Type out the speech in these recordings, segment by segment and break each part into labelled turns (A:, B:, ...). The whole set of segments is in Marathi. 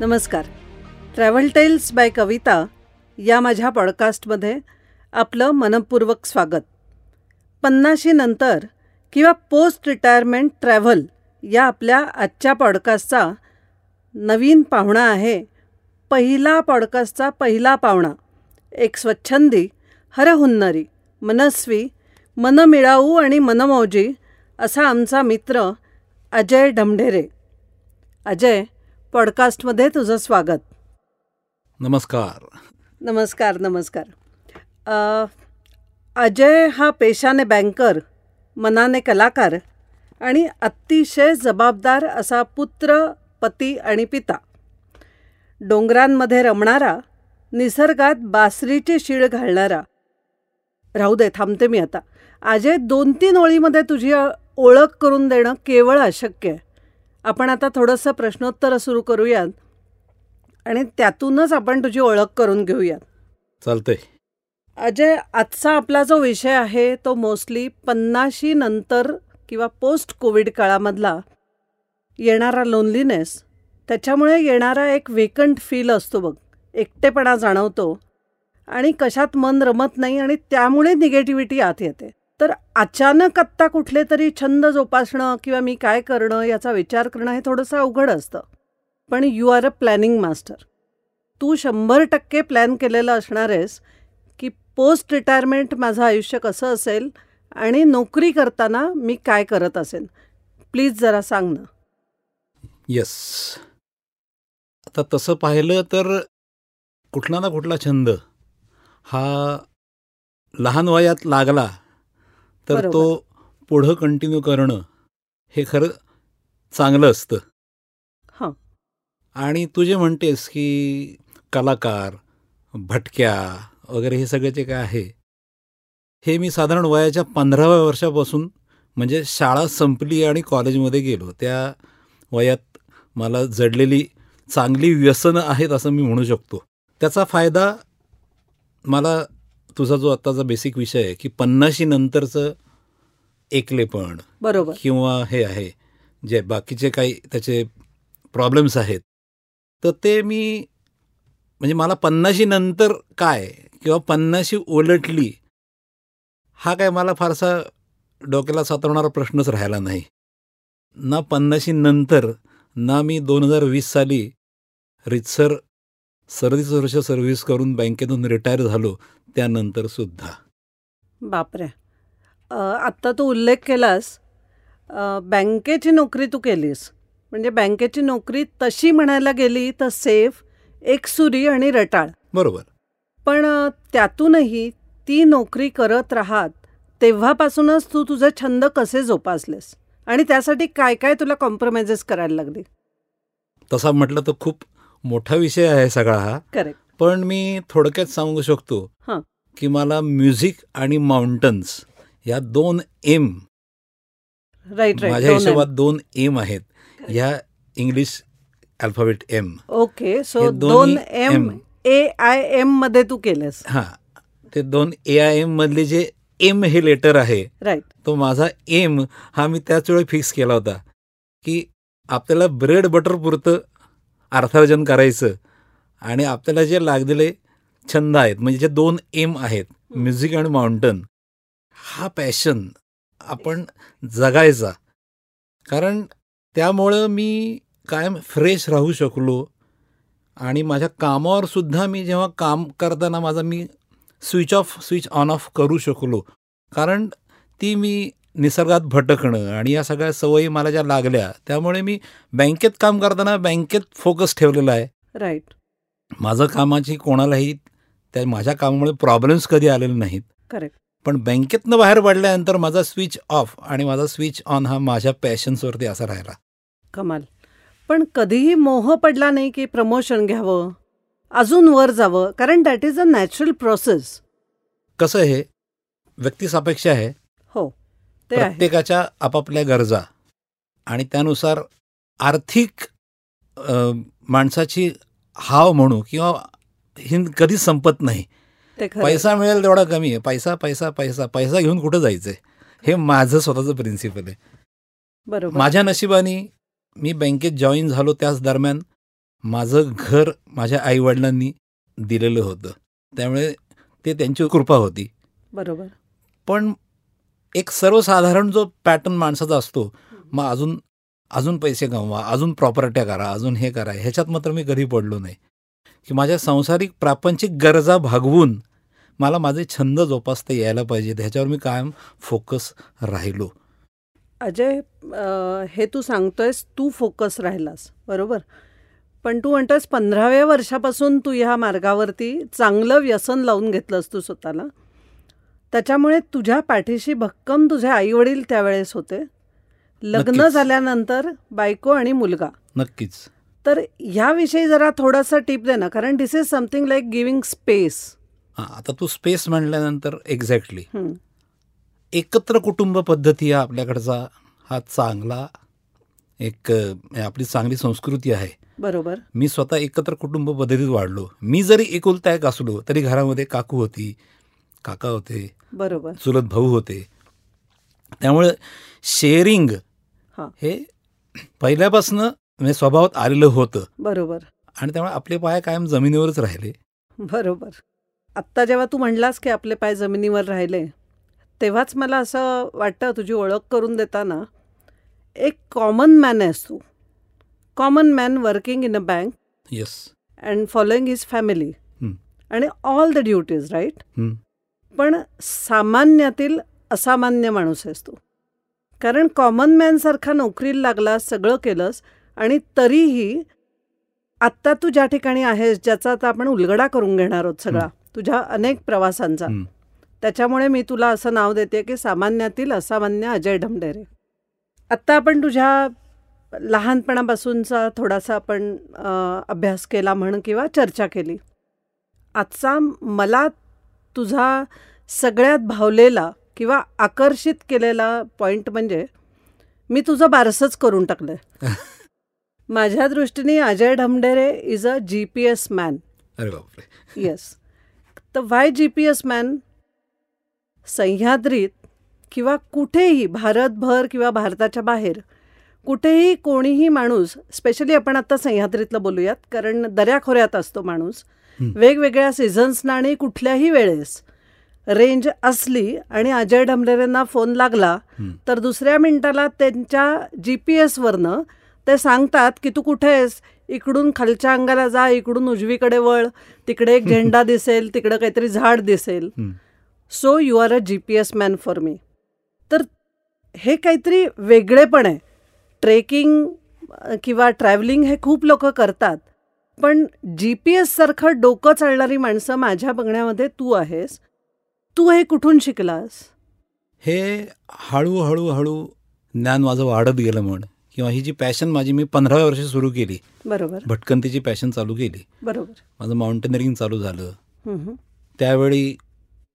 A: नमस्कार ट्रॅव्हल टेल्स बाय कविता या माझ्या पॉडकास्टमध्ये आपलं मनपूर्वक स्वागत पन्नाशीनंतर किंवा पोस्ट रिटायरमेंट ट्रॅव्हल या आपल्या आजच्या पॉडकास्टचा नवीन पाहुणा आहे पहिला पॉडकास्टचा पहिला पाहुणा एक स्वच्छंदी हरहुन्नरी मनस्वी मनमिळाऊ आणि मनमौजी असा आमचा मित्र अजय ढमढेरे अजय पॉडकास्टमध्ये तुझं स्वागत
B: नमस्कार
A: नमस्कार नमस्कार अ, अजय हा पेशाने बँकर मनाने कलाकार आणि अतिशय जबाबदार असा पुत्र पती आणि पिता डोंगरांमध्ये रमणारा निसर्गात बासरीची शीळ घालणारा राहू दे थांबते मी आता अजय दोन तीन ओळीमध्ये तुझी अ, ओळख करून देणं केवळ अशक्य आहे आपण आता थोडंसं प्रश्नोत्तर सुरू करूयात आणि त्यातूनच आपण तुझी ओळख करून घेऊयात
B: चालतंय
A: अजय आजचा आपला जो विषय आहे तो मोस्टली पन्नाशी नंतर किंवा पोस्ट कोविड काळामधला येणारा लोनलीनेस त्याच्यामुळे येणारा एक वेकंट फील असतो बघ एकटेपणा जाणवतो आणि कशात मन रमत नाही आणि त्यामुळे निगेटिव्हिटी आत येते तर अचानक आत्ता कुठले तरी छंद जोपासणं किंवा मी काय करणं याचा विचार करणं हे थोडंसं अवघड असतं पण you are a planning master तू शंभर टक्के प्लॅन केलेलं असणार आहेस की पोस्ट रिटायरमेंट माझं आयुष्य कसं असेल आणि नोकरी करताना मी काय करत असेल प्लीज जरा सांग ना
B: येस आता तसं पाहिलं तर कुठला ना कुठला छंद हा लहान वयात लागला तर तो पुढं कंटिन्यू करणं हे खरं चांगलं असतं
A: हां
B: आणि तू जे म्हणतेस की कलाकार भटक्या वगैरे हे सगळे जे काय आहे हे मी साधारण वयाच्या पंधराव्या वर्षापासून म्हणजे शाळा संपली आणि कॉलेजमध्ये गेलो त्या वयात मला जडलेली चांगली व्यसनं आहेत असं मी म्हणू शकतो त्याचा फायदा मला तुझा जो आत्ताचा बेसिक विषय आहे की पन्नाशी नंतरचं एकलेपण
A: बरोबर
B: किंवा हे आहे जे बाकीचे काही त्याचे प्रॉब्लेम्स आहेत तर ते मी म्हणजे मला पन्नाशी नंतर काय किंवा पन्नाशी ओलटली हा काय मला फारसा डोक्याला सातवणारा प्रश्नच राहिला नाही ना पन्नाशी नंतर ना मी दोन हजार वीस साली रितसर सर्दीच वर्ष सर्व्हिस करून बँकेतून रिटायर झालो त्यानंतर सुद्धा
A: बापरे अ, आत्ता तू उल्लेख केलास अ, बँकेची नोकरी तू केलीस म्हणजे बँकेची नोकरी तशी म्हणायला गेली तर सेफ एकसुरी आणि रटाळ
B: बरोबर
A: पण अ, त्यातूनही ती नोकरी करत राहत तेव्हापासूनच तू तुझे छंद कसे जोपासलेस आणि त्यासाठी काय काय तुला कॉम्प्रोमाइजेस करायला लागली
B: तसा म्हटलं तर खूप मोठा विषय आहे सगळा हा
A: करेक्ट
B: पण मी थोडक्यात सांगू शकतो
A: हां.
B: की मला म्युझिक आणि माउंटन्स या दोन एम
A: राईट
B: माझ्या हिशोबात
A: राईट
B: दोन एम आहेत ह्या English alphabet M
A: okay so
B: हे
A: दोन
B: दोन्ही
A: M
B: M.
A: A I M मध्ये तू केलेस
B: हां ते दोन ए आय एम मधले जे एम हे लेटर आहे
A: राईट
B: तो माझा एम हा मी त्याच वेळी फिक्स केला होता की आपल्याला ब्रेड बटर पुरतं अर्थार्जन करायचं आणि आपल्याला जे लागलेले छंद आहेत म्हणजे जे दोन एम आहेत म्युझिक आणि माउंटन हा पॅशन आपण जगायचा कारण त्यामुळं मी कायम फ्रेश राहू शकलो आणि माझ्या कामावर सुद्धा मी जेव्हा काम करताना माझा मी switch off switch on off करू शकलो कारण ती मी निसर्गात भटकणं आणि या सगळ्या सवयी मला ज्या लागल्या त्यामुळे मी बँकेत काम करताना बँकेत फोकस ठेवलेला आहे
A: राईट
B: माझं कामाची कोणालाही त्या माझ्या कामामुळे प्रॉब्लेम्स कधी आलेले नाहीत
A: Correct.
B: पण बँकेतनं बाहेर पडल्यानंतर माझा स्विच ऑफ आणि माझा स्विच ऑन हा माझ्या पॅशन्सवरती असा राहिला
A: कमाल पण कधीही मोह पडला नाही की प्रमोशन घ्यावं अजून वर जावं कारण that is a natural process
B: कसं हे व्यक्तीसापेक्ष आहे
A: हो ते आहे
B: प्रत्येकाच्या आपापल्या गरजा आणि त्यानुसार आर्थिक अ, माणसाची हाव म्हणू किंवा हिंद कधीच संपत नाही
A: ते खरं आहे.
B: पैसा मिळेल तेवढा कमी आहे पैसा पैसा पैसा पैसा घेऊन कुठं जायचंय हे माझं स्वतःचं प्रिन्सिपल आहे
A: बरोबर
B: माझ्या नशिबाने मी बँकेत जॉईन झालो त्याच दरम्यान माझं घर माझ्या आईवडिलांनी दिलेलं होतं त्यामुळे ते त्यांची कृपा होती
A: बरोबर
B: पण एक सर्वसाधारण जो पॅटर्न माणसाचा असतो मग अजून अजून पैसे कमवा अजून प्रॉपर्ट्या करा अजून हे करा ह्याच्यात मात्र मी कधी पडलो नाही की माझ्या संसारिक प्रापंचिक गरजा भागवून मला माझे छंद जोपासता यायला पाहिजे ह्याच्यावर मी कायम फोकस राहिलो
A: अजय अ, हे तू सांगतोयस तू फोकस राहिलास बरोबर पण तू म्हणतोयस पंधराव्या वर्षापासून तू ह्या मार्गावरती चांगलं व्यसन लावून घेतलंस तू स्वतःला त्याच्यामुळे तुझ्या पाठीशी भक्कम तुझे आईवडील त्यावेळेस होते लग्न
B: नक्कीच.
A: झाल्यानंतर बायको आणि मुलगा
B: नक्कीच
A: तर ह्याविषयी जरा थोडासा टिप दे ना कारण this is something like giving space
B: हां आता तू स्पेस म्हणल्यानंतर एक्झॅक्टली एकत्र कुटुंब पद्धती हा आपल्याकडचा हा चांगला एक अ, आपली चांगली संस्कृती आहे
A: बरोबर
B: मी स्वतः एकत्र कुटुंब पद्धतीत वाढलो मी जरी एकुलता एक असलो तरी घरामध्ये काकू होती काका होते
A: बरोबर
B: चुलत भाऊ होते त्यामुळे शेअरिंग
A: हा.
B: हे पहिल्यापासून म्हणजे स्वभावात आलेलं होतं
A: बरोबर
B: आणि त्यामुळे आपले पाय कायम जमिनीवरच राहिले
A: बरोबर आत्ता जेव्हा तू म्हणलास की आपले पाय जमिनीवर राहिले तेव्हाच मला असं वाटतं तुझी ओळख करून देताना एक कॉमन मॅन आहेस तू common man working in a bank
B: yes
A: and following his family
B: हं.
A: आणि ऑल द ड्युटीज राईट
B: हं.
A: पण सामान्यातील असामान्य माणूस आहेस तू कारण कॉमन मॅनसारखा नोकरीला लागलास सगळं केलंस आणि तरीही आत्ता तू ज्या ठिकाणी आहेस ज्याचा आता आपण उलगडा करून घेणार आहोत सगळा तुझ्या अनेक प्रवासांचा
B: हं.
A: त्याच्यामुळे मी तुला असं नाव देते की सामान्यातील असामान्य अजय ढमढेरे आत्ता आपण तुझ्या लहानपणापासूनचा थोडासा आपण अ, अभ्यास केला म्हण किंवा चर्चा केली आजचा मला तुझा सगळ्यात भावलेला किंवा आकर्षित केलेला पॉईंट म्हणजे मी तुझं बारसंच करून टाकलं माझ्या दृष्टीने Ajay Dhamdhere is a G P S man
B: अरे बापरे
A: येस तर why G P S man सह्याद्रीत किंवा कुठेही भारतभर किंवा भारताच्या बाहेर कुठेही कोणीही माणूस स्पेशली आपण आता सह्याद्रीतलं बोलूयात कारण दऱ्याखोऱ्यात असतो माणूस
B: हम्म.
A: वेगवेगळ्या सीझन्सना आणि कुठल्याही वेळेस रेंज असली आणि अजय ढमढेरेंना फोन लागला
B: हं.
A: तर दुसऱ्या मिनिटाला त्यांच्या जी पी एसवरनं ते सांगतात की तू कुठे आहेस इकडून खालच्या अंगाला जा इकडून उजवीकडे वळ तिकडे एक झेंडा दिसेल तिकडं काहीतरी झाड दिसेल
B: हं.
A: So you are a G P S man for मी तर हे काहीतरी वेगळेपण आहे ट्रेकिंग अ, किंवा ट्रॅव्हलिंग हे खूप लोक करतात पण जी पी एससारखं डोकं चालणारी माणसं माझ्या बघण्यामध्ये तू आहेस तू हे कुठून शिकलास
B: हे हळूहळू हळू ज्ञान माझं वाढत गेलं म्हण किंवा ही जी पॅशन माझी मी पंधराव्या वर्षी सुरू केली
A: बरोबर
B: भटकंतीची पॅशन चालू केली
A: बरोबर
B: माझं माउंटेनिअरिंग चालू झालं
A: हम्म,
B: त्यावेळी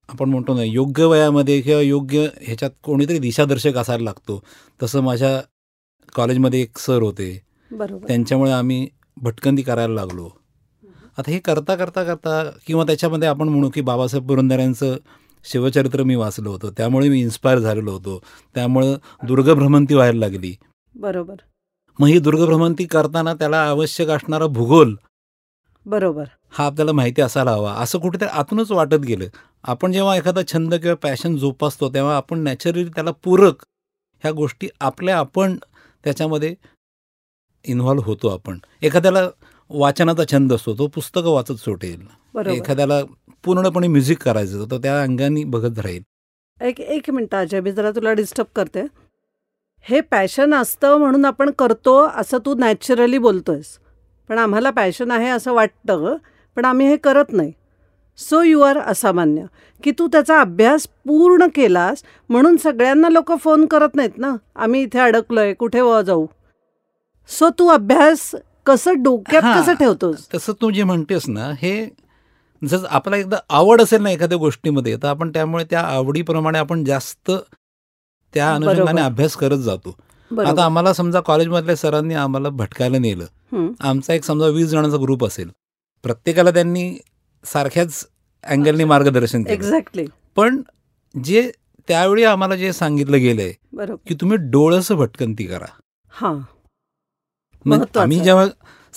B: आपण म्हणतो ना योग्य वयामध्ये किंवा योग्य ह्याच्यात कोणीतरी दिशादर्शक असायला लागतो तसं माझ्या कॉलेजमध्ये एक सर होते
A: बरोबर
B: त्यांच्यामुळे आम्ही भटकंती करायला लागलो आता हे करता करता करता किंवा त्याच्यामध्ये आपण म्हणू की बाबासाहेब पुरंदऱ्यांचं शिवचरित्र मी वाचलं होतं त्यामुळे मी इन्स्पायर झालेलो होतो त्यामुळं दुर्गभ्रमंती व्हायला लागली
A: बरोबर
B: मग ही दुर्गभ्रमंती करताना त्याला आवश्यक असणारा भूगोल
A: बरोबर
B: हा आपल्याला माहिती असायला हवा असं कुठेतरी आतूनच वाटत गेलं आपण जेव्हा एखादा छंद किंवा पॅशन जोपासतो तेव्हा आपण नॅचरली त्याला पूरक ह्या गोष्टी आपल्या आपण त्याच्यामध्ये इन्व्हॉल्व्ह होतो आपण एखाद्याला वाचनाचा छंद असतो तो पुस्तकं वाचत सुटेल
A: बरोबर
B: एखाद्याला पूर्णपणे म्युझिक करायचं तर तो त्या अंगाने बघत राहील
A: एक एक मिनटं अजय मी जरा तुला डिस्टर्ब करते हे पॅशन असतं म्हणून आपण करतो असं तू नॅचरली बोलतोयस पण आम्हाला पॅशन आहे असं वाटतं पण आम्ही हे करत नाही सो यू आर असामान्य की तू त्याचा अभ्यास पूर्ण केलास म्हणून सगळ्यांना लोक फोन करत नाहीत ना आम्ही इथे अडकलोय कुठे व जाऊ सो तू अभ्यास कसं डोक्यात
B: हां.
A: कसं ठेवतोस
B: तसं तू जे म्हणतेस ना हे जर आपल्याला एकदा आवड असेल ना एखाद्या गोष्टीमध्ये तर आपण त्यामुळे त्या आवडीप्रमाणे आपण जास्त त्या
A: बरोबर.
B: अनुषंगाने अभ्यास करत जातो आता
A: बरोबर
B: आम्हाला समजा कॉलेजमधल्या सरांनी आम्हाला भटकायला नेलं
A: हं,
B: आमचा एक समजा वीस जणांचा ग्रुप असेल प्रत्येकाला त्यांनी सारख्याच अँगलने मार्गदर्शन केलं
A: एक्झॅक्टली
B: पण जे त्यावेळी आम्हाला जे सांगितलं गेलंय
A: बरोबर
B: की तुम्ही डोळसं भटकंती करा
A: हां
B: मग
A: महत्त्वाचं
B: म्हणजे आम्ही
A: आहे.
B: जेव्हा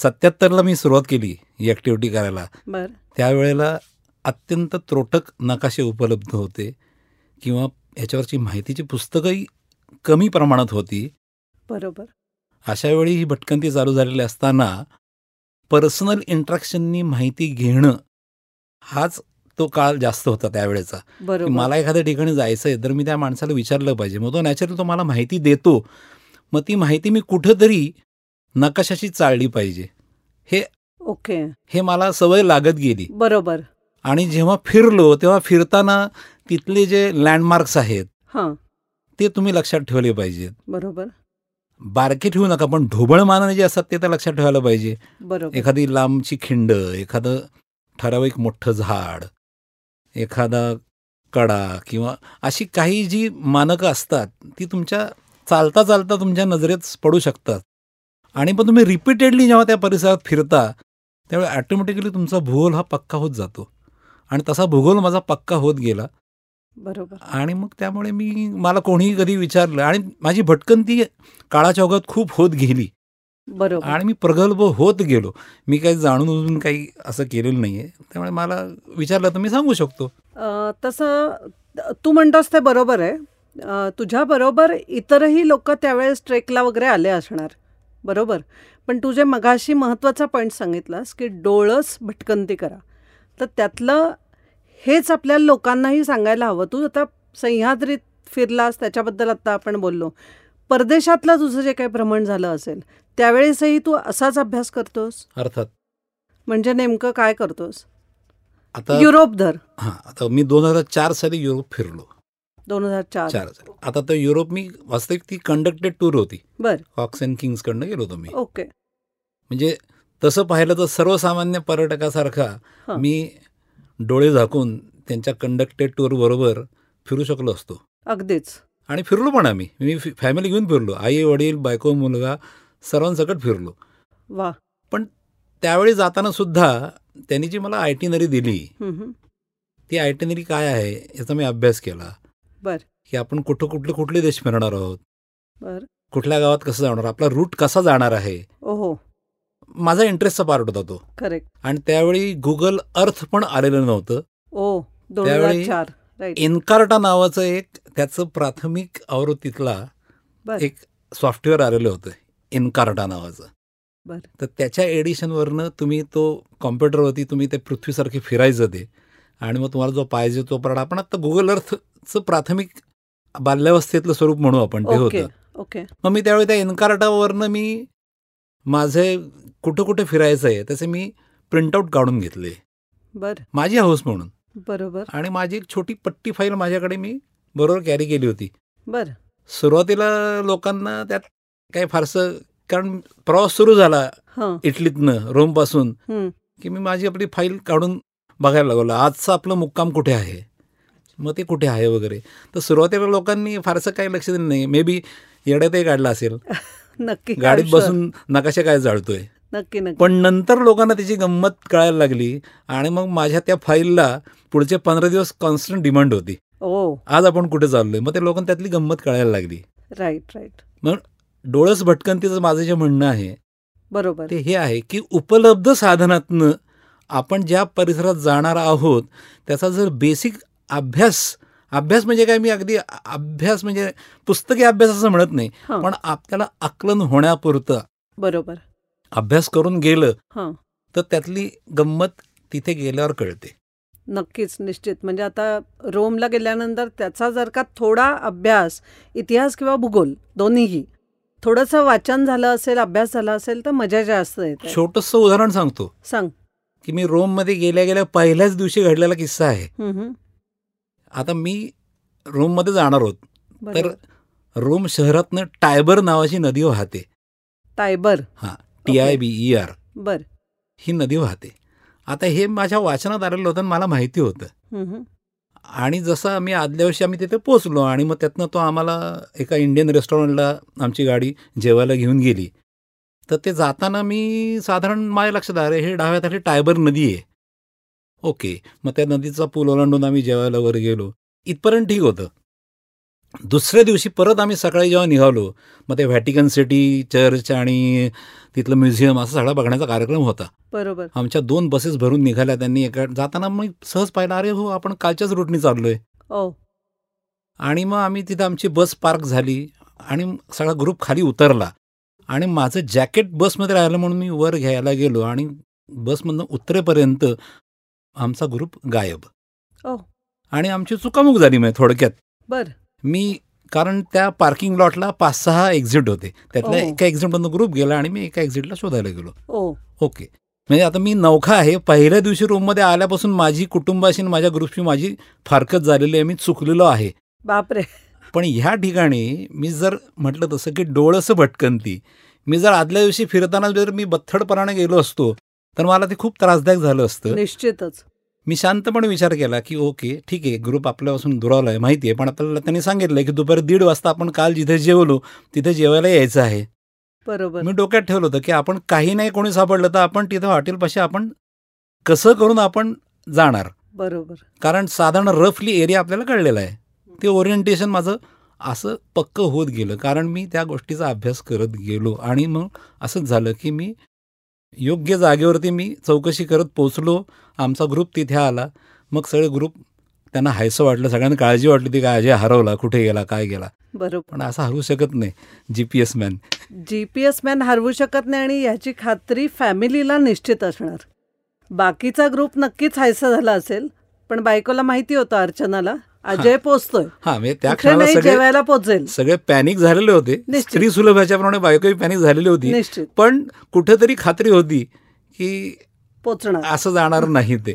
B: सत्याहत्तरला मी सुरुवात केली ही ॲक्टिव्हिटी करायला
A: बर
B: त्यावेळेला अत्यंत त्रोटक नकाशे उपलब्ध होते किंवा ह्याच्यावरची माहितीची पुस्तकंही कमी प्रमाणात होती
A: बरोबर
B: अशा वेळी ही भटकंती चालू झालेली असताना पर्सनल इंट्रॅक्शननी माहिती घेणं हाच तो काळ जास्त होता त्यावेळेचा की
A: बरोबर
B: मला एखाद्या ठिकाणी जायचं आहे तर मी त्या माणसाला विचारलं पाहिजे मग तो नॅचरल तो मला माहिती देतो मग ती माहिती मी कुठंतरी नकाशाशी चालली पाहिजे
A: ओके
B: हे मला सवय लागत गेली
A: बरोबर
B: आणि जेव्हा फिरलो तेव्हा फिरताना तिथले जे लँडमार्क्स आहेत
A: हां
B: ते तुम्ही लक्षात ठेवले पाहिजेत
A: बरोबर
B: बारके ठेवू नका पण ढोबळ मानाने जे असतात ते तर लक्षात ठेवायला पाहिजे
A: बरोबर
B: एखादी लांबची खिंड एखादं ठराविक मोठं झाड एखादा कडा किंवा अशी काही जी मानकं असतात ती तुमच्या चालता चालता तुमच्या नजरेत पडू शकतात आणि पण तुम्ही रिपीटेडली जेव्हा त्या परिसरात फिरता त्यावेळी ॲटोमॅटिकली तुमचा भूगोल हा पक्का होत जातो आणि तसा भूगोल माझा पक्का होत गेला
A: बरोबर
B: आणि मग त्यामुळे मी मला कोणीही कधी विचारलं आणि माझी भटकंती काळाच्या ओघात खूप होत गेली
A: बरोबर
B: आणि मी प्रगल्भ होत गेलो मी काही जाणून उजून काही असं केलेलं नाही आहे त्यामुळे मला विचारलं तर मी सांगू शकतो
A: अ, तसं तू म्हणतोस ते बरोबर आहे अ, तुझ्याबरोबर इतरही लोक त्यावेळेस ट्रेकला वगैरे आले असणार बरोबर पण तू जे मगाशी महत्त्वाचा पॉईंट सांगितलास की डोळस भटकंती करा तर त्यातलं हेच आपल्या लोकांनाही सांगायला हवं तू आता सह्याद्रीत फिरलास त्याच्याबद्दल आत्ता आपण बोललो परदेशातलं तुझं जे काही भ्रमण झालं असेल त्यावेळेसही तू असाच अभ्यास करतोस
B: अर्थात
A: म्हणजे नेमकं काय करतोस
B: आता
A: युरोप धर
B: हां आता मी दोन हजार चार साली युरोप फिरलो
A: दोन हजार चार
B: चार साली आता तर युरोप मी वास्तविक ती कंडक्टेड टूर होती
A: बर
B: हॉक्स अँड किंग्सकडनं गेलो होतो मी
A: ओके
B: म्हणजे तसं पाहिलं तर सर्वसामान्य पर्यटकासारखा
A: हां.
B: मी डोळे झाकून त्यांच्या कंडक्टेड टूर बरोबर फिरू शकलो असतो
A: अगदीच
B: आणि फिरलो पण आम्ही मी फि- फॅमिली घेऊन फिरलो आई वडील बायको मुलगा सर्वांसकट फिरलो
A: वा
B: त्यावेळी जाताना सुद्धा त्यांनी जी मला आयटिनरी दिली
A: हम्म, हम्म.
B: ती आयटिनरी काय आहे याचा मी अभ्यास केला
A: बर.
B: की आपण कुठं कुठले कुठले देश फिरणार आहोत
A: बर
B: कुठल्या गावात कसं जाणार आपला रूट कसा जाणार आहे
A: ओहो
B: माझा इंटरेस्टचा पार्ट होता तो
A: करेक्ट
B: आणि त्यावेळी गुगल अर्थ पण आलेलं नव्हतं
A: ओ दोन हजार
B: त्यावेळी-
A: चार राईट
B: एनकार्टा नावाचं एक त्याचं प्राथमिक आवृत्तीतला
A: बर.
B: एक सॉफ्टवेअर आलेलं होतं एनकार्टा नावाचं
A: बर.
B: तर त्याच्या एडिशनवरनं तुम्ही तो कॉम्प्युटरवरती तुम्ही ते पृथ्वीसारखे फिरायचं ते आणि मग तुम्हाला जो पाहिजे तो प्राण आपण आता गुगल अर्थचं प्राथमिक बाल्यावस्थेतलं स्वरूप म्हणू आपण ते
A: ओके
B: होतं
A: ओके
B: मग मी त्यावेळी त्या एनकार्टावरनं मी माझे कुठं कुठे फिरायचं आहे त्याचे मी प्रिंटआउट काढून घेतले
A: बर
B: माझी हाऊस म्हणून
A: बरोबर
B: आणि माझी एक छोटी पट्टी फाईल माझ्याकडे मी बरोबर कॅरी केली होती
A: बर
B: सुरुवातीला लोकांना त्यात काही फारसं कारण प्रवास सुरू झाला
A: हां
B: इटलीतनं रोमपासून
A: हम्म.
B: की मी माझी आपली फाईल काढून बघायला लागलो आजचं आपलं मुक्काम कुठे आहे मग ते कुठे आहे वगैरे तर सुरुवातीला लोकांनी फारसं काही लक्ष दिलं नाही मे बी येड्यातही काढला असेल
A: नक्की I'm
B: गाडीत
A: sure.
B: बसून नकाशा काय जाळतोय
A: नक्की नक्की
B: पण नंतर लोकांना त्याची गंमत कळायला लागली आणि मग माझ्या त्या फाईलला पुढचे पंधरा दिवस कॉन्स्टंट डिमांड होती
A: ओ
B: आज आपण कुठे चाललोय मग ते लोकांना त्यातली गंमत कळायला लागली
A: राईट राईट
B: डोळस भटकंतीचं माझं जे म्हणणं आहे
A: बरोबर
B: ते हे आहे की उपलब्ध साधनातनं आपण ज्या परिसरात जाणार आहोत त्याचा जर बेसिक अभ्यास अभ्यास म्हणजे काय मी अगदी अ- अभ्यास म्हणजे पुस्तकी अभ्यास असं म्हणत नाही
A: हां.
B: पण आपल्याला आकलन होण्यापुरतं
A: बरोबर
B: अभ्यास करून गेलं
A: हां.
B: तर त्यातली गंमत तिथे गेल्यावर कळते
A: नक्कीच निश्चित म्हणजे आता रोमला गेल्यानंतर त्याचा जर का थोडा अभ्यास इतिहास किंवा भूगोल दोन्हीही थोडंसं वाचन झालं असेल अभ्यास झाला असेल तर मजा जास्त येते
B: छोटंसं उदाहरण सांगतो
A: सांग
B: की मी रोममध्ये गेल्या गेल्या पहिल्याच दिवशी घडलेला किस्सा आहे
A: हम्म, हम्म.
B: आता मी रोममध्ये जाणार होत तर
A: बरोबर.
B: रोम शहरातनं टायबर नावाची नदी वाहते
A: Tiber
B: T I
A: okay.
B: B E R
A: बर
B: ही नदी वाहते आता हे माझ्या वाचनात आलेलं होतं आणि मला माहिती होतं
A: हम्म, हम्म.
B: आणि जसं आम्ही आदल्या वर्षी आम्ही तिथे पोचलो आणि मग त्यातनं तो आम्हाला एका इंडियन रेस्टॉरंटला आमची गाडी जेवायला घेऊन गेली तर ते जाताना मी साधारण माझ्या लक्षात आलं हे डाव्या हाताला टायबर नदी आहे ओके मग त्या नदीचा पूल ओलांडून आम्ही जेवायला वर गेलो इथपर्यंत ठीक होतं दुसऱ्या दिवशी परत आम्ही सकाळी जेव्हा निघालो मग ते व्हॅटिकन सिटी चर्च आणि तिथलं म्युझियम असा सगळा बघण्याचा कार्यक्रम होता
A: बरोबर
B: आमच्या दोन बसेस भरून निघाल्या त्यांनी एका जाताना मग सहज पाहिलं अरे हो आपण कालच्याच रूटनी चाललोय
A: ओ
B: आणि मग आम्ही तिथं आमची बस पार्क झाली आणि सगळा ग्रुप खाली उतरला आणि माझं जॅकेट बसमध्ये राहिलं म्हणून मी वर घ्यायला गेलो आणि बसमधनं उतरेपर्यंत आमचा ग्रुप गायब
A: ओ.
B: आणि आमची चुकामुक झाली म्हणजे थोडक्यात
A: बर
B: मी कारण त्या पार्किंग लॉटला पाच सहा एक्झिट होते त्यातल्या
A: ओ.
B: एका एक्झिटमधनं ग्रुप गेला आणि मी एका एक्झिटला शोधायला गेलो
A: ओ
B: ओके म्हणजे आता मी नवखा आहे पहिल्या दिवशी रूममध्ये आल्यापासून माझी कुटुंबाशी आणि माझ्या ग्रुपशी माझी फारकत झालेली आहे मी चुकलेलो आहे
A: बापरे
B: पण ह्या ठिकाणी मी जर म्हटलं तसं की डोळसं भटकंती मी जर आदल्या दिवशी फिरताना जर मी बथ्थडपणाने गेलो असतो तर मला ते खूप त्रासदायक झालं असतं
A: निश्चितच
B: मी शांतपणे विचार केला की ओके ठीक आहे ग्रुप आपल्यापासून दुरावला आहे माहिती आहे पण आपल्याला त्यांनी सांगितलं की दुपारी दीड वाजता आपण काल जिथे जेवलो तिथे जेवायला यायचं आहे
A: बरोबर
B: मी डोक्यात ठेवलं होतं की आपण काही नाही कोणी सापडलं तर आपण तिथं हॉटेलपाशी आपण कसं करून आपण जाणार
A: बरोबर
B: कारण साधारण रफली एरिया आपल्याला कळलेला आहे ते ओरिएंटेशन माझं असं पक्क होत गेलं कारण मी त्या गोष्टीचा अभ्यास करत गेलो आणि मग असंच झालं की मी योग्य जागेवरती मी चौकशी करत पोचलो आमचा ग्रुप तिथे आला मग सगळे ग्रुप त्यांना हायसं वाटलं सगळ्यांना काळजी वाटली ती काय अजय हरवला कुठे गेला काय गेला
A: बरोबर
B: पण असं हरवू शकत नाही G P S man
A: GPS man हरवू शकत नाही आणि ह्याची खात्री फॅमिलीला निश्चित असणार बाकीचा ग्रुप नक्कीच हायसा झाला असेल पण बायकोला माहिती होतं अर्चनाला अजय पोचतोय
B: हां म्हणजे त्या
A: कुठे
B: क्षणाला
A: नाही
B: सगळे
A: जेवायला पोचेल
B: सगळे पॅनिक झालेले होते
A: निश्चित.
B: स्त्री सुलभ ह्याच्याप्रमाणे बायकोही पॅनिक झालेली होती
A: निश्चित
B: पण कुठेतरी खात्री होती की
A: पोचणार
B: असं जाणार नाही ते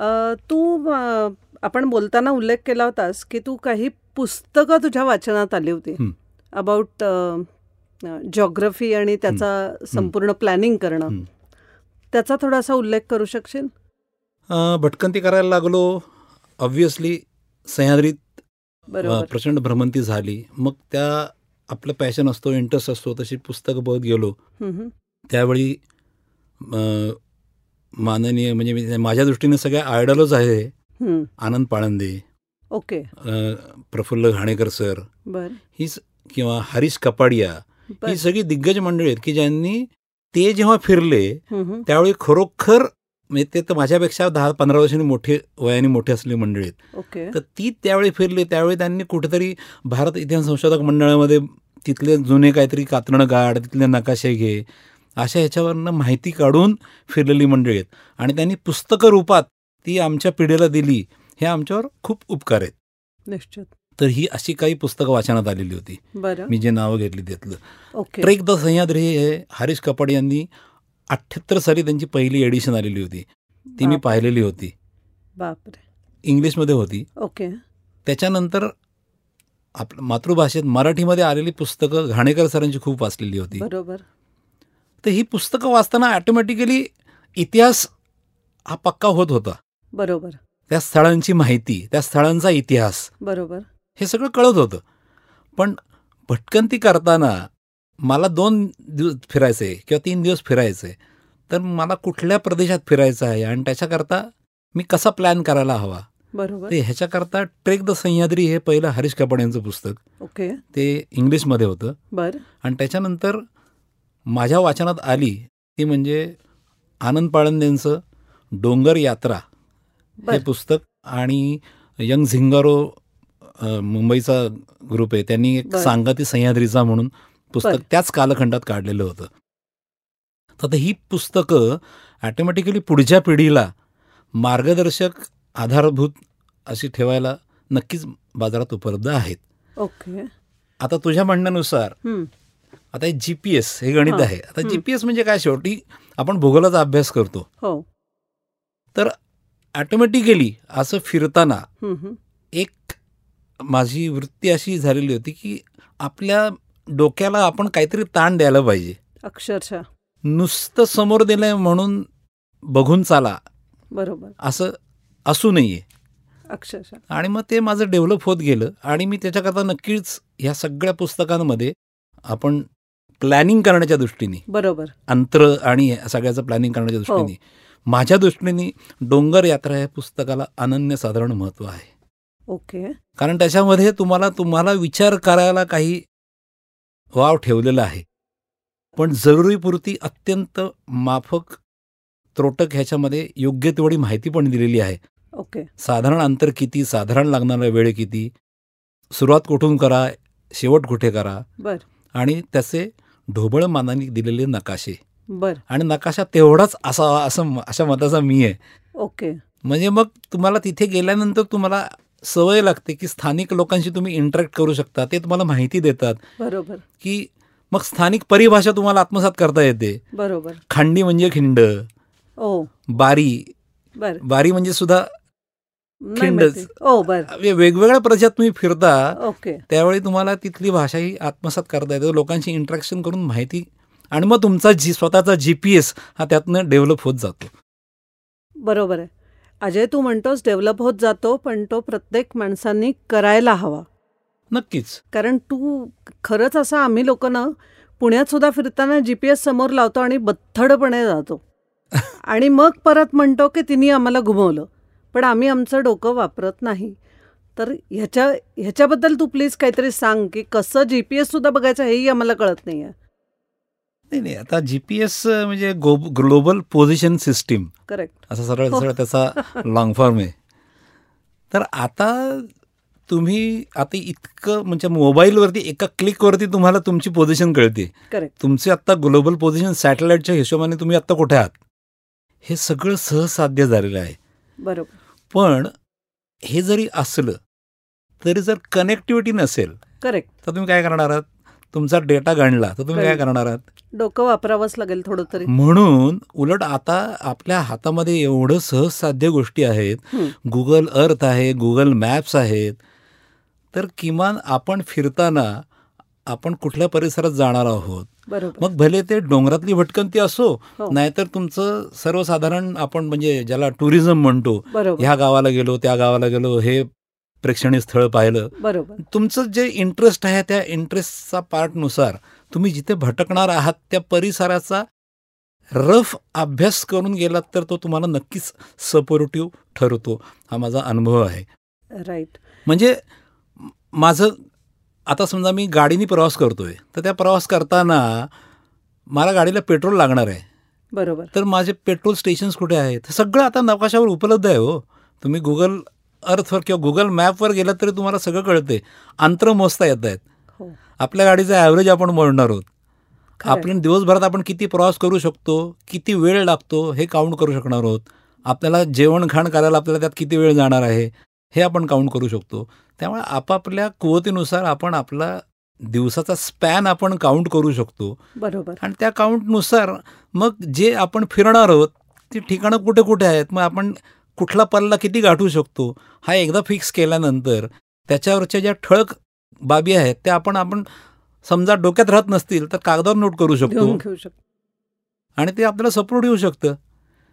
A: अ, तू अ, आपण बोलताना उल्लेख केला होतास की तू काही पुस्तकं तुझ्या वाचनात आली होती
B: हं.
A: अबाउट जॉग्रफी आणि त्याचा संपूर्ण प्लॅनिंग करणं
B: हं.
A: त्याचा थोडासा उल्लेख करू शकशील
B: अं, भटकंती करायला लागलो ऑब्व्हियसली सह्याद्रीत अं,
A: बरोबर
B: प्रचंड भ्रमंती झाली मग त्या आपलं पॅशन असतो इंटरेस्ट असतो तशी पुस्तकं बघत गेलो
A: हं, हं.
B: त्यावेळी अं, माननीय म्हणजे मी- माझ्या दृष्टीने सगळ्या आयडलच आहे
A: हं.
B: आनंद पाळंदे
A: ओके
B: अं, प्रफुल्ल घाणेकर सर
A: बर
B: हीच किंवा हरीश कपाडिया
A: बर
B: ही सगळी दिग्गज मंडळी आहेत की ज्यांनी ते जेव्हा फिरले
A: हं, हं.
B: त्यावेळी खरोखर म्हणजे ते तर माझ्यापेक्षा दहा पंधरा वर्षांनी मोठे वयाने मोठे असलेली मंडळी आहेत
A: ओके
B: तर ती त्यावेळी फिरली त्यावेळी त्यांनी कुठेतरी भारत इतिहास संशोधक मंडळामध्ये तिथले जुने काहीतरी कातरणं गाड तिथले नकाशे घे अशा ह्याच्यावरनं माहिती काढून फिरलेली मंडळी आहेत आणि त्यांनी पुस्तकं रूपात ती आमच्या पिढीला दिली हे आमच्यावर खूप उपकार आहेत
A: निश्चित
B: तर ही अशी काही पुस्तकं वाचनात आलेली होती
A: बरं
B: मी जे नावं घेतली त्यातलं
A: ओके
B: ट्रेक द सह्याद्री हे हरीश कपाड यांनी अठ्ठ्याहत्तर साली त्यांची पहिली एडिशन आलेली होती ती मी
A: बाप-
B: पाहिलेली होती
A: बापरे
B: इंग्लिशमध्ये होती
A: ओके
B: त्याच्यानंतर आपलं मातृभाषेत मराठीमध्ये आलेली पुस्तकं घाणेकर सरांची खूप वाचलेली होती
A: बरोबर
B: तर ही पुस्तकं वाचताना ऑटोमॅटिकली इतिहास हा पक्का होत होता
A: बरोबर
B: त्या स्थळांची माहिती त्या स्थळांचा इतिहास
A: बरोबर
B: हे सगळं कळत होतं पण भटकंती करताना मला दोन दिवस फिरायचे आहे किंवा तीन दिवस फिरायचे तर मला कुठल्या प्रदेशात फिरायचं आहे आणि त्याच्याकरता मी कसा प्लॅन करायला हवा
A: बरोबर
B: ते ह्याच्याकरता ट्रेक द सह्याद्री हे पहिलं हरीश कपाड यांचं पुस्तक
A: ओके
B: ते इंग्लिशमध्ये होतं
A: बर
B: आणि त्याच्यानंतर माझ्या वाचनात आली ती म्हणजे आनंद पाळंद यांचं डोंगर यात्रा
A: बर.
B: हे पुस्तक आणि यंग झिंगारो अ, मुंबईचा ग्रुप आहे त्यांनी एक
A: बर.
B: सांगाती सह्याद्रीचा म्हणून पुस्तक
A: बर.
B: त्याच कालखंडात काढलेलं होतं तर आता ही पुस्तकं ॲटोमॅटिकली पुढच्या पिढीला मार्गदर्शक आधारभूत अशी ठेवायला नक्कीच बाजारात उपलब्ध आहेत
A: ओके
B: आता तुझ्या म्हणण्यानुसार
A: हं.
B: आता जी पी एस हे गणित
A: हां.
B: आहे आता
A: हं.
B: जी पी एस म्हणजे काय शेवटी आपण भूगोलाचा अभ्यास करतो
A: हो
B: ॲटोमॅटिकली असं फिरताना
A: हं, हं.
B: एक माझी वृत्ती अशी झालेली होती की आपल्या डोक्याला आपण काहीतरी ताण द्यायला पाहिजे
A: अक्षरशः
B: नुसतं समोर दिलंय म्हणून बघून चाला
A: बरोबर
B: असं असू नये
A: अक्षरशः
B: आणि मग ते माझं डेव्हलप होत गेलं आणि मी त्याच्याकरता नक्कीच ह्या सगळ्या पुस्तकांमध्ये आपण प्लॅनिंग करण्याच्या दृष्टीने
A: बरोबर
B: अंतर आणि या सगळ्याचं प्लॅनिंग करण्याच्या दृष्टीने माझ्या दृष्टीने डोंगर यात्रा या पुस्तकाला अनन्यसाधारण महत्त्व आहे
A: ओके
B: कारण त्याच्यामध्ये तुम्हाला तुम्हाला विचार करायला काही वाव ठेवलेला आहे पण जरुरीपुरती अत्यंत माफक त्रोटक ह्याच्यामध्ये योग्य तेवढी माहिती पण दिलेली आहे
A: ओके
B: साधारण अंतर किती साधारण लागणारा वेळ किती सुरुवात कुठून करा शेवट कुठे करा
A: बर.
B: आणि त्याचे ढोबळ मानाने दिलेले नकाशे
A: बर
B: आणि नकाशा तेवढाच असावा असं म- अशा मताचा मी आहे
A: ओके
B: म्हणजे मग तुम्हाला तिथे गेल्यानंतर तुम्हाला सवय लागते की स्थानिक लोकांशी तुम्ही इंटरॅक्ट करू शकता ते तुम्हाला माहिती देतात
A: बरोबर
B: की मग स्थानिक परिभाषा तुम्हाला आत्मसात करता येते
A: बरोबर
B: खांडी म्हणजे खिंड
A: ओ
B: बारी
A: बर
B: बारी म्हणजे सुद्धा
A: नाही
B: खिंडच.
A: माहिती. ओ बर
B: वे- वेगवेगळ्या प्रदेशात तुम्ही फिरता
A: ओके
B: त्यावेळी तुम्हाला तिथली भाषा ही आत्मसात करता येते लोकांशी इंटरॅक्शन करून माहिती आणि मग तुमचा जी स्वतःचा जी पी एस हा त्यातनं डेव्हलप होत जातो
A: बरोबर आहे अजय तू म्हणतोस डेव्हलप होत जातो पण तो प्रत्येक माणसांनी करायला हवा
B: नक्कीच
A: कारण तू खरंच असं आम्ही लोक ना पुण्यात सुद्धा फिरताना जी पी एस समोर लावतो आणि बथ्थडपणे जातो आणि मग परत म्हणतो की तिने आम्हाला घुमवलं पण आम्ही आमचं डोकं वापरत नाही तर ह्याच्या ह्याच्याबद्दल तू प्लीज काहीतरी सांग की कसं जी पी एस सुद्धा बघायचं हेही आम्हाला कळत नाही आहे
B: नाही नाही आता जी पी एस म्हणजे go global position system
A: correct
B: असा सरळ सरळ त्याचा लॉंग फॉर्म आहे तर आता तुम्ही आता इतकं म्हणजे मोबाईलवरती एका क्लिकवरती तुम्हाला तुमची पोझिशन कळते
A: Correct.
B: तुमची आत्ता ग्लोबल पोझिशन सॅटेलाईटच्या हिशोबाने तुम्ही आत्ता कुठे आहात हे सगळं सहसाध्य झालेलं आहे
A: बरोबर
B: पण हे जरी असलं तरी जर कनेक्टिव्हिटी नसेल
A: करेक्ट
B: तर तुम्ही काय करणार आहात तुमचा डेटा गणला तर तुम्ही काय
A: कळलं.
B: करणार आहात
A: डोकं वापरावंच लागेल थोडं तरी
B: म्हणून उलट आता आपल्या हातामध्ये एवढं सहजसाध्य गोष्टी आहेत
A: हं.
B: गुगल अर्थ आहे गुगल मॅप्स आहेत तर किमान आपण फिरताना आपण कुठल्या परिसरात जाणार आहोत
A: बरोबर
B: मग भले ते डोंगरातली भटकंती असो
A: हो.
B: नाहीतर तुमचं सर्वसाधारण आपण म्हणजे ज्याला टुरिझम म्हणतो
A: बरोबर
B: ह्या गावाला गेलो त्या गावाला गेलो हे प्रेक्षणीय स्थळ पाहिलं
A: बरोबर
B: तुमचं जे इंटरेस्ट आहे त्या इंटरेस्टचा पार्टनुसार तुम्ही जिथे भटकणार आहात त्या परिसराचा रफ अभ्यास करून गेलात तर तो तुम्हाला नक्कीच सपोर्टिव्ह ठरतो हा माझा अनुभव आहे
A: राईट
B: म्हणजे म- माझं आता समजा मी गाडीने प्रवास करतोय तर त्या प्रवास करताना मला गाडीला पेट्रोल लागणार आहे
A: बरोबर
B: तर माझे पेट्रोल स्टेशन्स कुठे आहेत हे सगळं आता नकाशावर उपलब्ध आहे हो तुम्ही गुगल अर्थवर किंवा गुगल मॅपवर गेलात तरी तुम्हाला सगळं कळते अंतर मोजता येत आहेत
A: हो
B: आपल्या गाडीचा ॲव्हरेज आपण मोजणार आहोत
A: खरंय.
B: आपण दिवसभरात आपण किती प्रवास करू शकतो किती वेळ लागतो हे काउंट करू शकणार आहोत आपल्याला जेवण खाण करायला आपल्याला त्यात किती वेळ जाणार आहे हे आपण काउंट करू शकतो त्यामुळे आपापल्या कुवतीनुसार आपण आपला दिवसाचा स्पॅन आपण काउंट करू शकतो
A: बरोबर
B: आणि त्या काउंटनुसार मग जे आपण फिरणार आहोत ती ठिकाणं कुठे कुठे आहेत मग आपण कुठला पल्ला किती गाठू शकतो हा एकदा फिक्स केल्यानंतर त्याच्यावरच्या ज्या ठळक बाबी आहेत त्या आपण आपण समजा डोक्यात राहत नसतील तर कागदावर नोट करू शकतो
A: घेऊन घेऊ शकतो
B: आणि ते आपल्याला सपोर्ट येऊ शकतं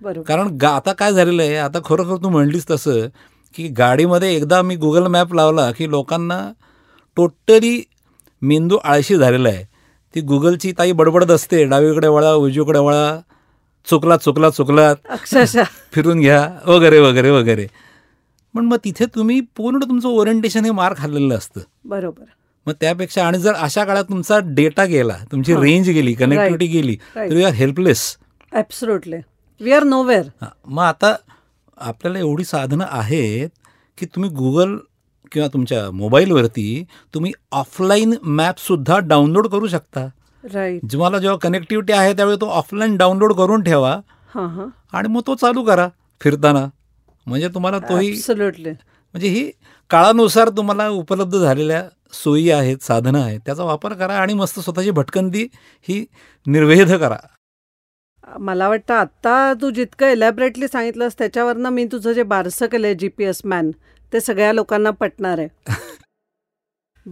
A: बरोबर
B: कारण गा आता काय झालेलं आहे आता खरोखर तू म्हणलीस तसं की गाडीमध्ये एकदा मी गुगल मॅप लावला की लोकांना टोटली मेंदू आळशी झालेला आहे ती गुगलची ताई बडबडत असते डावीकडे वळा उजवीकडे वळा चुकला चुकला चुकला
A: अक्षरशः
B: फिरून घ्या वगैरे वगैरे वगैरे पण मग तिथे तुम्ही पूर्ण तुमचं ओरिएंटेशन हे मार खाल्लेलं असतं
A: बरोबर
B: मग त्यापेक्षा आणि जर अशा काळात तुमचा डेटा गेला तुमची
A: हा.
B: रेंज गेली कनेक्टिव्हिटी गेली तर
A: right
B: you are helpless
A: absolutely we are nowhere
B: हा, मग आता आपल्याला एवढी साधनं आहेत की तुम्ही गुगल किंवा तुमच्या मोबाईलवरती तुम्ही ऑफलाईन मॅपसुद्धा डाउनलोड करू शकता
A: राईट
B: तुम्हाला जेव्हा कनेक्टिव्हिटी आहे त्यावेळी तो ऑफलाईन डाउनलोड करून ठेवा
A: हां हां
B: आणि मग तो चालू करा फिरताना म्हणजे तुम्हाला तोही
A: ॲब्सुटली
B: म्हणजे ही काळानुसार तुम्हाला उपलब्ध झालेल्या सोयी आहेत साधनं आहेत त्याचा वापर करा आणि मस्त स्वतःची भटकंती ही निर्वेध करा
A: मला वाटतं आत्ता तू जितकं एलॅबरेटली सांगितलंस त्याच्यावरनं मी तुझं जे बारसं केलं आहे जी पी एस मॅन ते सगळ्या लोकांना पटणार आहे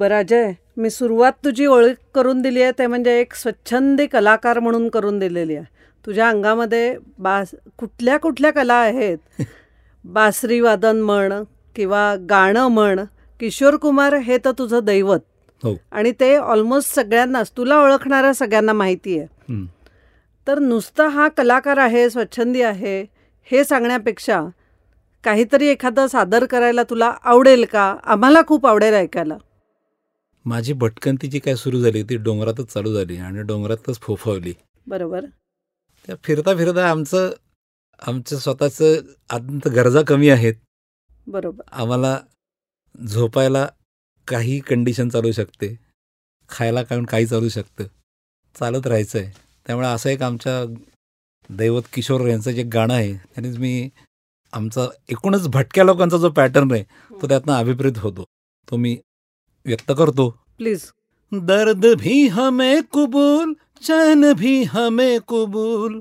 A: बरं अजय मी सुरुवात तुझी ओळख करून दिली आहे ते म्हणजे एक स्वच्छंदी कलाकार म्हणून करून दिलेली आहे तुझ्या अंगामध्ये बास कुठल्या कुठल्या कला आहेत बासरीवादन म्हण किंवा गाणं म्हण किशोर कुमार हे तर तुझं दैवत
B: हो.
A: आणि ते ऑलमोस्ट सगळ्यांनाच तुला ओळखणाऱ्या सगळ्यांना माहिती आहे
B: हं.
A: तर नुसता हा कलाकार आहे स्वच्छंदी आहे हे सांगण्यापेक्षा काहीतरी एखादं सादर करायला तुला आवडेल का आम्हाला खूप आवडेल ऐकायला
B: माझी भटकंती जी काय सुरू झाली ती डोंगरातच चालू झाली आणि डोंगरातच फोफावली
A: बरोबर
B: त्या फिरता फिरता आमचं आमचं स्वतःचं अत्यंत गरजा कमी आहेत
A: बरोबर
B: आम्हाला झोपायला काही कंडिशन चालू शकते खायला कारण काही चालू शकतं चालत राहायचं आहे त्यामुळे असं एक आमच्या दैवत किशोर यांचं जे गाणं आहे त्यानेच मी आमचा एकूणच भटक्या लोकांचा जो पॅटर्न आहे तो त्यातनं अभिप्रेत होतो तो मी व्यक्त करतो
A: प्लीज
B: दर्द भी हमें कबूल चैन भी हमें कबूल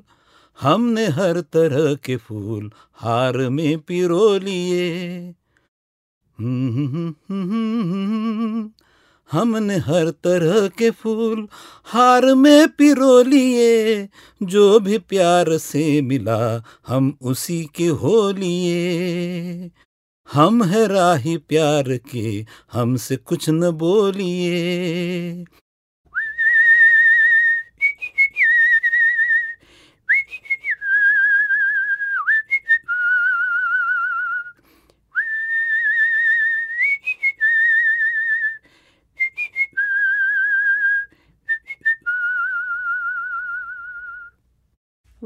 B: हमने हर तरह के फूल हार में पिरो लिए हमने हर तरह के फूल हार में पिरो लिए जो भी प्यार से मिला हम उसी के हो लिए हम है राही प्यार के हमसे कुछ न बोलिए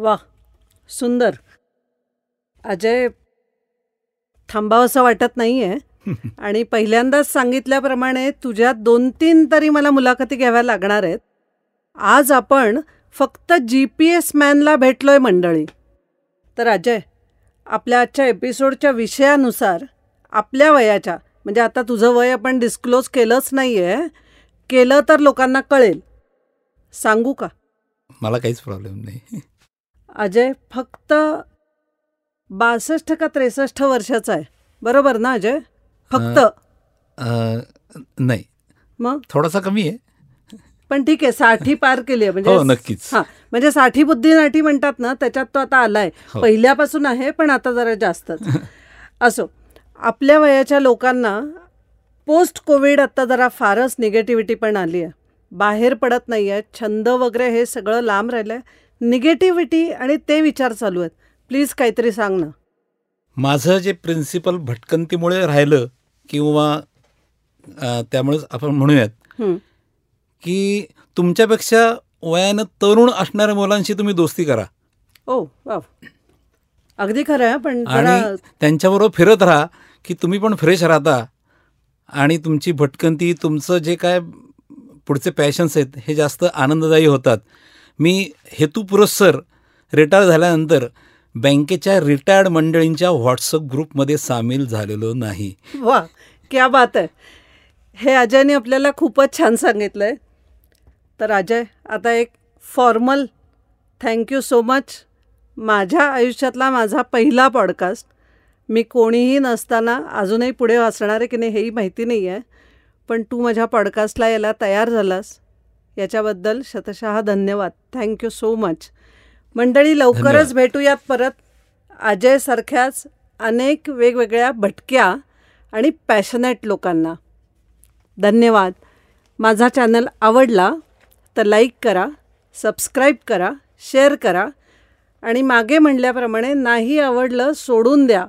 A: वा सुंदर अजय थांबावंसं वाटत नाही आहे आणि पहिल्यांदाच सांगितल्याप्रमाणे तुझ्या दोन तीन तरी मला मुलाखती घ्याव्या लागणार आहेत आज आपण फक्त जी पी एस मॅनला भेटलो आहे मंडळी तर अजय आपल्या आजच्या एपिसोडच्या विषयानुसार आपल्या वयाच्या म्हणजे आता तुझं वय आपण डिस्क्लोज केलंच नाही आहे केलं तर लोकांना कळेल सांगू का
B: मला काहीच प्रॉब्लेम नाही
A: अजय फक्त बासष्ट का त्रेसष्ट वर्षाचा आहे बरोबर ना अजय फक्त
B: अं, नाही
A: मग
B: थोडासा कमी आहे
A: पण ठीक आहे साठी पार केली आहे
B: हो
A: म्हणजे
B: नक्कीच
A: हा म्हणजे साठी बुद्धीनाठी म्हणतात ना त्याच्यात तो आता आलाय
B: हो.
A: पहिल्यापासून आहे पण आता जरा जास्तच असो आपल्या वयाच्या लोकांना पोस्ट कोविड आता जरा फारच निगेटिव्हिटी पण आली आहे बाहेर पडत नाही आहे छंद वगैरे हे सगळं लांब राहिलं आहे निगेटिव्हिटी आणि ते विचार चालू आहेत प्लीज काहीतरी सांग ना
B: माझं जे प्रिन्सिपल भटकंतीमुळे राहिलं किंवा अं, त्यामुळेच आपण म्हणूयात
A: हं.
B: की तुमच्यापेक्षा वयानं तरुण असणाऱ्या मुलांशी तुम्ही दोस्ती करा
A: ओ वाव अगदी खरं आहे पण जरा
B: आणि त्यांच्याबरोबर फिरत राहा की तुम्ही पण फ्रेश राहता आणि तुमची भटकंती तुमचं जे काय पुढचे पॅशन्स आहेत हे जास्त आनंददायी होतात मी हेतुपुरस्सर रिटायर झाल्यानंतर बँकेच्या रिटायर्ड मंडळींच्या व्हॉट्सअप ग्रुपमध्ये सामील झालेलो नाही
A: वा क्या बात आहे हे अजयने आपल्याला खूपच छान सांगितलं आहे तर अजय आता एक फॉर्मल थँक्यू सो मच माझ्या आयुष्यातला माझा पहिला पॉडकास्ट मी कोणीही नसताना अजूनही पुढे वाचणार आहे की नाही हेही माहिती नाही आहे पण तू माझ्या पॉडकास्टला यायला तयार झालास याच्याबद्दल शतशः धन्यवाद थँक्यू सो मच मंडळी लवकरच
B: धन्यवाद.
A: भेटूयात परत अजयसारख्याच अनेक वेगवेगळ्या भटक्या आणि पॅशनेट लोकांना धन्यवाद माझा चॅनल आवडला तर लाईक करा सबस्क्राईब करा शेअर करा आणि मागे म्हणल्याप्रमाणे नाही आवडलं सोडून द्या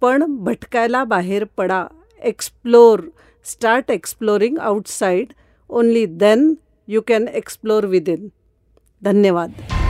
A: पण भटकायला बाहेर पडा explore start exploring outside only then you can explore within धन्यवाद